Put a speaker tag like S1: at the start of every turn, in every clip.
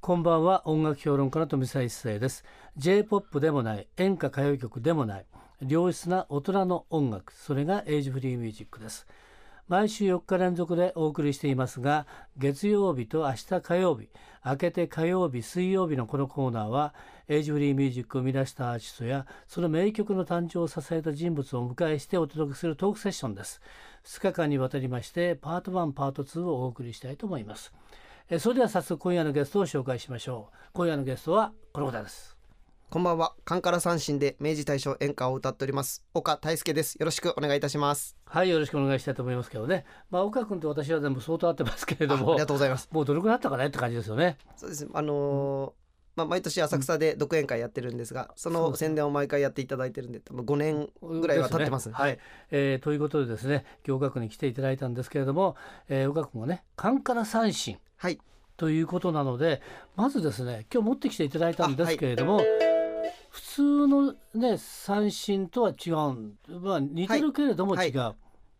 S1: こんばんは音楽評論家の富澤一世です J-POP でもない演歌歌謡曲でもない良質な大人の音楽それがエイジフリーミュージックです毎週4日連続でお送りしていますが月曜日と明日火曜日明けて火曜日水曜日のこのコーナーはエイジフリーミュージックを生み出したアーティストやその名曲の誕生を支えた人物をお迎えしてお届けするトークセッションです2日間にわたりましてパート1パート2をお送りしたいと思いますえーそれでは早速今夜のゲストを紹介しましょう今夜のゲストはこの方です
S2: こんばんは。カンカラ三振で明治大正演歌を歌っております。岡大輔です。よろしくお願いいたします。
S1: はいよろしくお願いしたいと思いますけどねまあ岡君と私はでも相当合ってますけれ
S2: あ
S1: ど
S2: あり
S1: も
S2: がとうございます。
S1: もうどれくらいあったかねって感じですよね
S2: そうです。あのーまあ毎年浅草で独演会やってるんですが、その宣伝を毎回やっていただいてるんで、多分5年ぐらいは経ってま
S1: で
S2: す。
S1: ねはい、えーということでですね行学に来ていただいたんですけれども、えー、岡君がね「カンカラ三振
S2: はい。」
S1: ということなのでまずですね今日持ってきていただいたんですけれども、普通のね三振とは違う、まあ、似てるけれども
S2: はい
S1: 違う。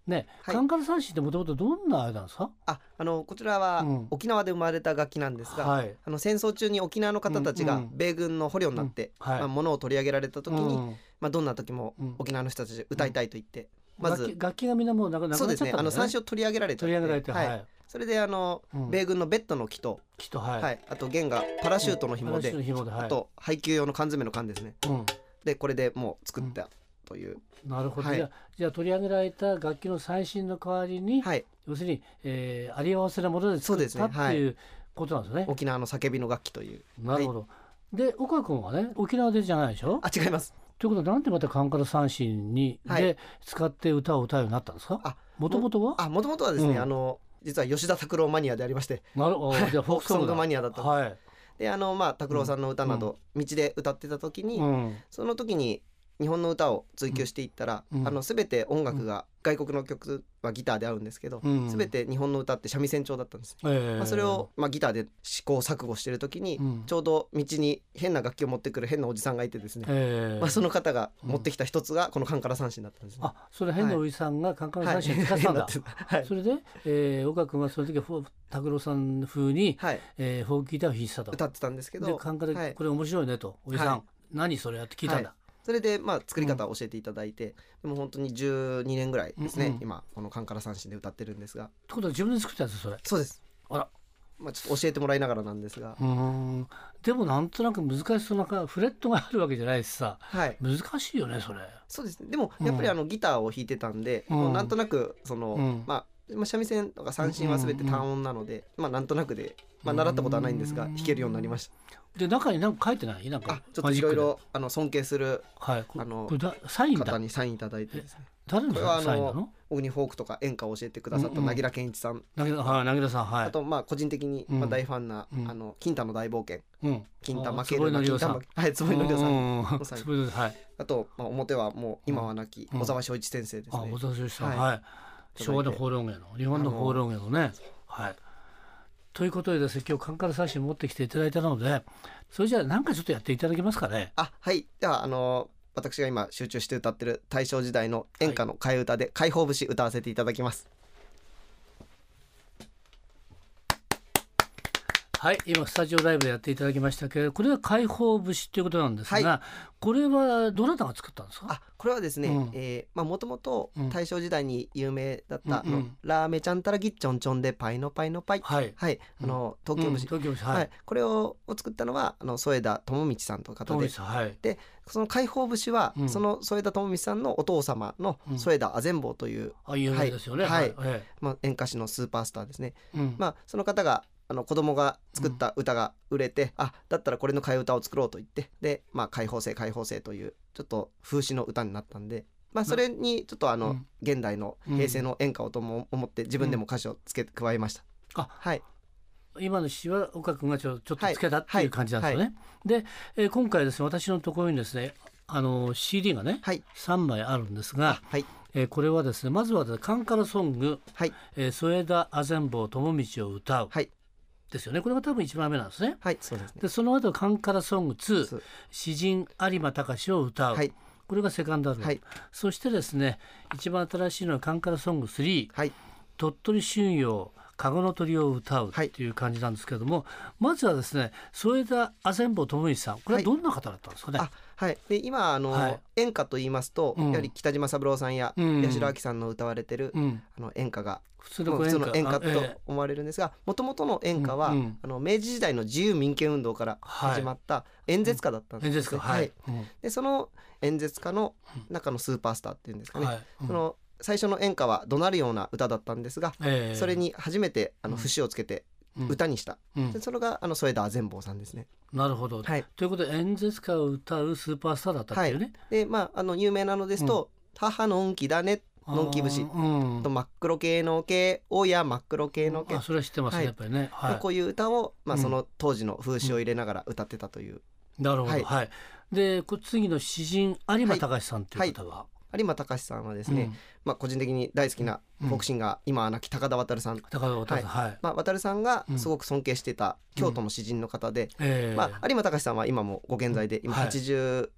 S1: ね、
S2: はい
S1: カンカラ三振ってもともとどんなあれなんですか、
S2: あ、あのこちらは
S1: うん
S2: 沖縄で生まれた楽器なんですが、
S1: はい
S2: あの戦争中に沖縄の方た
S1: う
S2: ち
S1: ん
S2: が
S1: うん
S2: 米軍の捕虜になって、
S1: うんはい
S2: まあ物を取り上げられた時に、
S1: うん
S2: まあどんな時も
S1: うん
S2: 沖縄の人たち歌いたいと言って、まず
S1: 楽器楽器がみんなもうなくなく
S2: そう
S1: なっ
S2: で
S1: ちゃ
S2: す
S1: っ
S2: ね。
S1: た
S2: あ
S1: んだよ
S2: の三振を取り上げられちゃって
S1: 取り上げられては、
S2: はいい。それであの、
S1: うん
S2: 米軍のベッドの木と、
S1: きっとはい、
S2: はい、あと弦がパラシュートの紐
S1: う
S2: で、
S1: んパラシュートの紐ではい
S2: あと配給用の缶詰の缶ですね
S1: うん
S2: でこれでもう作ったという、
S1: なるほど、
S2: はい
S1: じゃあじゃあ取り上げられた楽器の最新の代わりに、
S2: はい
S1: 要するに、えー、あり合わせなもので
S2: そう
S1: 作っ
S2: です
S1: た
S2: ね
S1: っていうことなんですね。
S2: 沖縄の叫びの楽器という
S1: なるほど、で岡君はね沖縄でじゃないでしょ
S2: あ違います
S1: ということはなんでまたカンカラ三振に、
S2: はい
S1: で使って歌を歌うようになったんですか
S2: あ
S1: もともとは
S2: あもともとはですね、
S1: うん
S2: あの実は吉田拓郎マニアでありまして
S1: なるほどじゃあフォークソング
S2: フォークソングマ
S1: ニ
S2: ニアだったんです
S1: はい、
S2: であのまあ拓郎さんの歌など、道で歌ってた時に、
S1: うん、
S2: その時に日本の歌を追求していったら、
S1: うん
S2: あの全て音楽が、外国の曲はギターで合うんですけど、
S1: うん
S2: 全て日本の歌って三味線調だったんです
S1: えー
S2: まあ、それを、まあ、ギターで試行錯誤してる時に、
S1: うん
S2: ちょうど道に変な楽器を持ってくる変なおじさんがいてですね、
S1: えー
S2: まあ、その方が
S1: うん
S2: 持ってきた一つがこのカンカラ三振だったんですね。
S1: あそれ変なおじさんがカンカラ
S2: はい、
S1: 三振に使ってたんだ、
S2: 変なって はい
S1: それで、えー、岡君はその時はフォー拓郎さん風に、
S2: はい、
S1: えー、フォークギターを弾いてたと。
S2: 歌ってたんですけ
S1: で
S2: ど
S1: カンカラ
S2: は
S1: で
S2: い
S1: これ面白いねと、おじさん、
S2: はい
S1: 何それやって聞いたんだ。
S2: それで、まあ、作り方を教えていただいて、でも本当に12年ぐらいですね、
S1: うんうん
S2: 今このカンカラ三振で歌ってるんですが
S1: ってことは自分で作ったやつそれ。
S2: そうです、
S1: あら
S2: まあ、ちょっと教えてもらいながらなんですが、
S1: うーんでもなんとなく難しそうなかフレットがあるわけじゃないしさ
S2: はい、
S1: 難しいよねそれ。
S2: そうですねでもやっぱりあのギターを弾いてたんで、
S1: うん
S2: もうなんとなくその、
S1: うん
S2: まあまあ三味線とか三振は全て単音なので、まあなんとなくで、まあ、習ったことはないんですが
S1: うん
S2: 弾けるようになりまし
S1: で中に何か書いてないなん
S2: た
S1: か
S2: あちょっ
S1: マ
S2: とい
S1: ジッ
S2: ろ
S1: ク
S2: い
S1: で
S2: ろあの尊敬する
S1: はいこ
S2: あの
S1: これだサイン
S2: 方
S1: だ
S2: にサインいただいてですね
S1: 誰の
S2: これはあの
S1: サインなの？
S2: 僕にフォークとか演歌を教えてくださっ
S1: うんう
S2: た
S1: ん
S2: なぎら健一さん、
S1: なぎらはいなぎらさんはい
S2: あ。とまあ個人的に
S1: うん
S2: まあ大ファンな、
S1: うん
S2: あの金太の大冒険
S1: うん
S2: 金太
S1: あー
S2: 負け
S1: 坪井
S2: る
S1: の
S2: な
S1: りお
S2: 金
S1: さ
S2: 太
S1: ん
S2: 負けはい坪井のりおさん
S1: うん
S2: のサイン
S1: 坪井のりおさんはい。
S2: あと、まあ、表はもう今は亡き
S1: うん
S2: 小沢昭一先生です
S1: あ
S2: ね、
S1: 小沢昭さん
S2: はい
S1: はい。昭和の放浪芸の日本の放浪芸のねはい。ということでですね今日カンカラ三振持ってきていただいたのでそれじゃあなんかちょっとやっていただけますかね。
S2: あはいではあの私が今集中して歌ってる大正時代の演歌の替え歌で「解放節」歌わせていただきます、
S1: はい、今スタジオライブでやっていただきましたけれど、これは解放節ということなんですが、
S2: は
S1: これはどなたが作ったんですか？
S2: あこれはですね、
S1: うん
S2: えーまあもともと
S1: うん
S2: 大正時代に有名だったあの、
S1: うんうん
S2: ラーメちゃんたらぎっちょんちょんでパイのパイのパイ」
S1: はい。
S2: はいあの東京
S1: うん
S2: 節、
S1: 東京節、
S2: はい
S1: はい。
S2: これをを作ったのはあの添田智道さんという方
S1: 東京節、
S2: で
S1: はい。
S2: その解放節は、
S1: うん
S2: その添田智道さんのお父様の
S1: うん
S2: 添田あぜん坊という、
S1: あ、有名ですよね。
S2: はい
S1: え
S2: まあ、演歌師のスーパースターですね
S1: えうん。
S2: まあ、その方があの子供が作った歌が売れて、あだったらこれの替え歌を作ろうと言ってで、まあ、解放性解放性というちょっと風刺の歌になったんで、まあ、それにちょっとあの、
S1: うん
S2: 現代の
S1: うん
S2: 平成の演歌をとも思って自分でも歌詞をつけ加えました。
S1: あ
S2: はい、
S1: 今の詩は岡君がちょちょっと
S2: はい
S1: つけたっていう感じなんですよね。で、えー今回ですね、私のところにですね、あの CD がね、
S2: はい
S1: 3枚あるんですが、
S2: はい
S1: えーこれはですね、まずはですねカンカラソング、
S2: はい
S1: えー、添田あぜんぼう友道を歌う、
S2: はい
S1: ですよね。これが多分一番目なんですね。
S2: はいそうですね
S1: でその後カンカラソング
S2: そ
S1: 2
S2: う
S1: 詩人有馬隆を歌う、
S2: はい
S1: これがセカンドアルバム、
S2: はい
S1: そしてですね一番新しいのはカンカラソング3
S2: はい
S1: 鳥取春陽籠の鳥を歌う
S2: はい
S1: っていう感じなんですけれども、まずはですね添田阿仙坊智之さんこれは
S2: はい
S1: どんな方だったんですかね、
S2: あはい、で今あの、
S1: はい
S2: 演歌と言いますと、
S1: うん
S2: やはり北島三郎さんや
S1: うん
S2: 八代亜紀さんの歌われてる、
S1: うん、
S2: あの演歌が、
S1: 普通
S2: ま
S1: の
S2: あ
S1: こう
S2: 普通の演歌
S1: あえ
S2: と
S1: え
S2: 思われるんですがもともとの演歌は、
S1: うんうん
S2: あの明治時代の自由民権運動から始まった演説家だったんです
S1: 演
S2: ね、
S1: 説家はい、
S2: でその演説家の中のスーパースターっていうんですか
S1: うん
S2: ね、
S1: はいうん
S2: その最初の演歌は怒鳴るような歌だったんですが、
S1: ええ
S2: それに初めてあの
S1: うん
S2: 節をつけて
S1: うん
S2: 歌にした、
S1: うん
S2: でそれがあの添田善坊さんですね。
S1: なるほど、
S2: はい、
S1: ということで演説家を歌うスーパースターだったっていうね、
S2: でまああの有名なのですと「母のんきだね」のんき節
S1: あーうん
S2: あと真っ黒系の系おや真っ黒系の系、
S1: あそれは知ってますね、
S2: はい
S1: やっぱりね、はい
S2: まあこういう歌を、まあ、
S1: うん
S2: その当時の風刺を入れながら歌ってたという、
S1: なるほどは、
S2: はいい
S1: でこ次の詩人有馬隆さんという方は、
S2: 有馬隆さんはですね、
S1: うん
S2: まあ、個人的に大好きなフォークシンガー、今は亡き高田渡さん、
S1: 高田渡さんはい、
S2: まあ、渡さんが
S1: うん
S2: すごく尊敬してた京都の詩人の方で、
S1: ええ
S2: まあ、有馬隆さんは今もご健在で今
S1: はい
S2: 83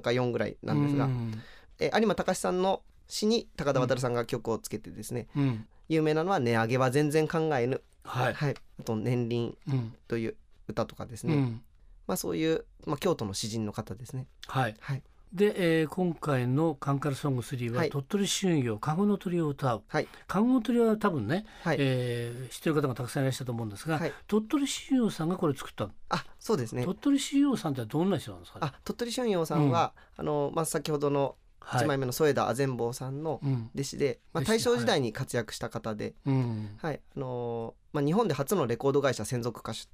S2: か4ぐらいなんですが、
S1: うん
S2: え有馬隆さんの詩に高田渡さんが曲をつけてですね、
S1: うん
S2: 有名なのは「値上げは全然考えぬ」
S1: はい、
S2: あと「年輪
S1: うん」
S2: という歌とかです
S1: う
S2: ね、
S1: ん
S2: まあ、そういう、まあ、京都の詩人の方ですね。
S1: はい
S2: はい
S1: で、えー、今回の「カンカルソング3」は、
S2: はい
S1: 鳥取春陽「カゴの鳥を歌う」
S2: はい
S1: カゴの鳥は多分ね、
S2: はい
S1: えー知ってる方がたくさんいらっしゃると思うんですが、
S2: はい
S1: 鳥取春陽さんがこれ作ったの、
S2: あそうですね
S1: 鳥取春陽さんってどんな人なんですかね
S2: あ鳥取春陽さんは、あのまあ、先ほどの
S1: は
S2: 1枚
S1: い
S2: 目の添田阿善坊さんの
S1: うん
S2: 弟子で、まあ、
S1: 弟子で
S2: 大正時代に活躍した方で、
S1: うん、
S2: はいあのーまあ、日本で初のレコード会社専属歌手、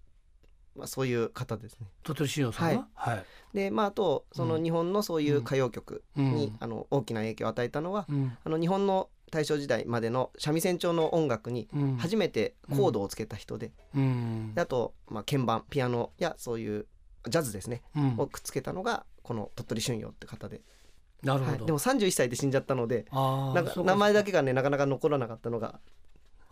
S2: まあ、そういう方ですね。
S1: 鳥取春陽さんがはい、
S2: で、まあ、あとその
S1: うん
S2: 日本のそういう歌謡曲
S1: う
S2: に、
S1: ん
S2: あの大きな影響を与えたのは
S1: うん
S2: あの日本の大正時代までの三味線調の音楽に
S1: うん
S2: 初めてコードをつけた人で,、
S1: うん
S2: であと、まあ、鍵盤ピアノやそういうジャズですね、
S1: うん
S2: をくっつけたのがこの鳥取春陽って方で、
S1: なる
S2: は
S1: ほ
S2: い、
S1: ど、
S2: でも31歳で死んじゃったので
S1: あー
S2: なんか
S1: そう
S2: 名前だけがねなかなか残らなかったのが、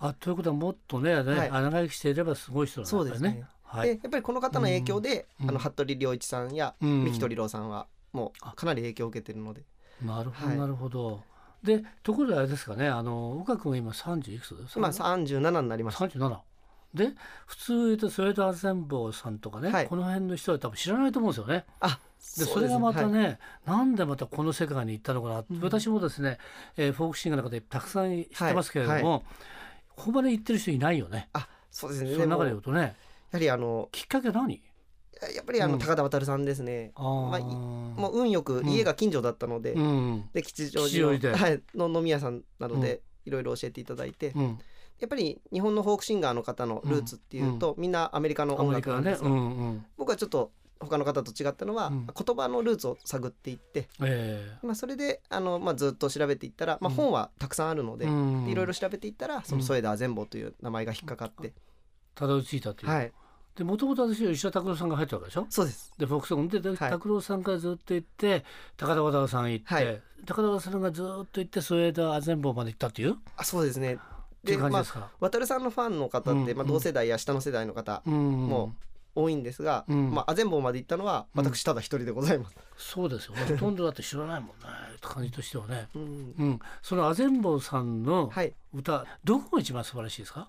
S1: あということはもっとね、ね
S2: はい
S1: 長生きしていればすごい人なんだ
S2: そう
S1: ね
S2: ですね。
S1: はい、
S2: でやっぱりこの方の影響で、
S1: うん
S2: あの服部良一さんや
S1: うん
S2: 三木鳥郎さんはもうかなり影響を受けてるので、
S1: なるほど、
S2: はい
S1: なるほど。で、ところであれですかね、あの、岡君は今三十いくつ。
S2: 今37になりました。
S1: 三十七。で、普通言うと、それとアセンボさんとかね、
S2: はい
S1: この辺の人は多分知らないと思うんですよね。
S2: あ
S1: で、それがまた
S2: はい
S1: ね、なんでまたこの世界に行ったのかな、
S2: うん
S1: 私もですね、えーフォークシンガーの方でたくさん知ってますけれども。
S2: はい
S1: ここまで行ってる人いないよね。
S2: あそうです
S1: そ
S2: ね
S1: の中で
S2: で
S1: 言
S2: も
S1: うとね、
S2: やはりあの
S1: きっかけは何。
S2: やっぱりあ
S1: う
S2: の
S1: ん
S2: 高田渡さんですね、
S1: あー
S2: まあいもう運よく家が近所だったので、
S1: うん。
S2: で吉祥
S1: 吉祥寺
S2: 寺
S1: で
S2: の,、はい、の飲み屋さんなので、いろいろ教えていただいて、
S1: うん。
S2: やっぱり日本のフォークシンガーの方のルーツっていうと、みんなアメリカの
S1: ア
S2: 音
S1: メリカ
S2: 楽な
S1: は
S2: んで
S1: ね、
S2: すが、
S1: うんうん、
S2: 僕はちょっと他の方と違ったのは、
S1: うん
S2: 言葉のルーツを探っていって、
S1: え
S2: まあ、それであの、まあ、ずっと調べていったら、まあ、
S1: うん
S2: 本はたくさんあるの
S1: え
S2: で、
S1: うん
S2: いろいろ調べていったらその添田善坊という名前が引っかかって、
S1: たどり着いたという。
S2: はい
S1: で、もともと私は石田拓郎さんが入ったわけでしょ。
S2: そうです
S1: で、フォークソングで、で
S2: はい
S1: 拓郎さんからずっと行って、高田渡さん行って、
S2: はい
S1: 高田渡さんがずっと行って、添田アゼンボまで行ったっていう。っ
S2: あそうですね
S1: てい
S2: で
S1: う感じ
S2: ま
S1: で
S2: あ
S1: すか。
S2: 渡さんのファンの方って、
S1: うん
S2: まあ、同世代や下の世代の方
S1: うん、
S2: も多いんですが、
S1: うん
S2: まあ、全坊まで行ったのは
S1: うん
S2: 私ただ一人でございます。
S1: そうですよ。 ほとんどだって知らないもんね、感じとしてはね。
S2: うん
S1: うん、そのアゼンボさんの
S2: はい、
S1: 歌、どこが一番素晴らしいですか。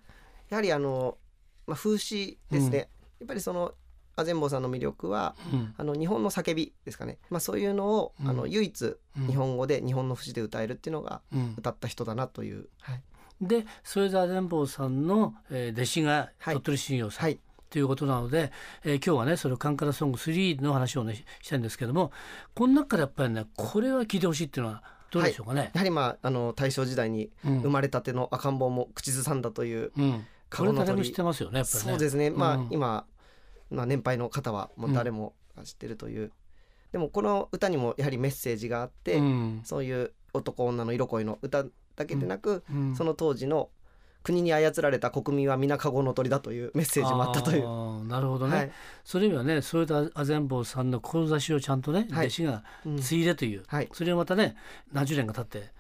S2: やはりあの、まあ、風刺ですね、やっぱりその阿全坊さんの魅力は
S1: うん、
S2: あの日本の叫びですかね、まあ、そういうのを、
S1: うん
S2: あの唯一
S1: うん
S2: 日、本語で日本の節で歌えるっていうのが
S1: うん、
S2: 歌った人だなという、はい
S1: で添田善坊さんの、えー弟子が
S2: はい
S1: 鳥取信用さん、
S2: はい
S1: ということなので、えー今日はねそれをカンカラソング3の話をねししたいんですけどもこの中でやっぱりねこれは聞いてほしいっていうのはどうでしょうかね。
S2: やはり、まあ、あの大正時代に
S1: うん
S2: 生まれたての赤ん坊も口ずさんだという
S1: うん、これ
S2: の
S1: 誰も知ってますよねやっぱりね。
S2: そうですね、まあ
S1: うん
S2: 今、まあ、年配の方はもう誰もが知ってるという、でもこの歌にもやはりメッセージがあって、
S1: うん
S2: そういう男女の色恋の歌だけでなく、
S1: うん
S2: その当時の国に操られた国民は皆カゴの鳥だというメッセージもあったという。
S1: あーなるほどね、
S2: はい
S1: それにはね添田阿善坊さんの志をちゃんとね、
S2: はい
S1: 弟子が
S2: うん
S1: 継いでという、
S2: はい、
S1: それをまたね何十年か経って、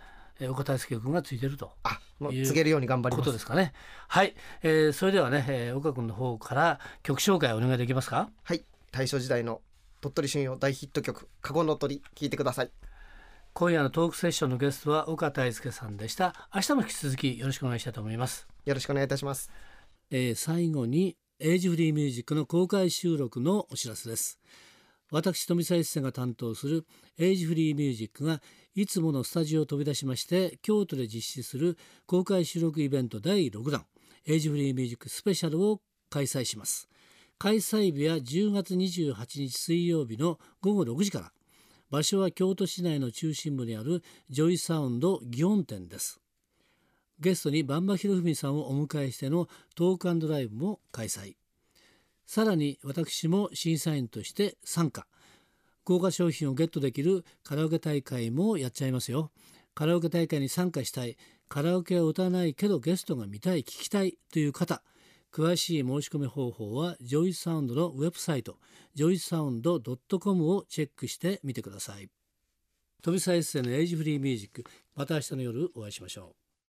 S1: えー岡大輔君が継いでると。
S2: あもう
S1: いう
S2: 告げるように頑張り
S1: こ
S2: ま
S1: と
S2: す
S1: ですかね。はい、えー、それではね、えー、岡君の方から曲紹介お願いできますか。
S2: はい大正時代の鳥取春陽大ヒット曲「カゴの鳥」聴いてください
S1: 今夜のトークセッションのゲストは岡大輔さんでした。明日も引き続きよろしくお願いしたいと思います。
S2: よろしくお願いいたします
S1: えー最後にエイジフリーミュージックの公開収録のお知らせです私富澤一世が担当するエイジフリーミュージックがいつものスタジオを飛び出しまして京都で実施する公開収録イベント第6弾エイジフリーミュージックスペシャルを開催します開催日は10月28日水曜日の午後6時から場所は京都市内の中心部にあるジョイサウンド祇園店ですゲストに万場博文さんをお迎えしてのトークライブも開催さらに私も審査員として参加豪華賞品をゲットできるカラオケ大会もやっちゃいますよカラオケ大会に参加したいカラオケは歌わないけどゲストが見たい聞きたいという方詳しい申し込み方法はジョイサウンドのウェブサイトジョイサウンド .com をチェックしてみてください飛び一世のエイジフリーミュージックまた明日の夜お会いしましょう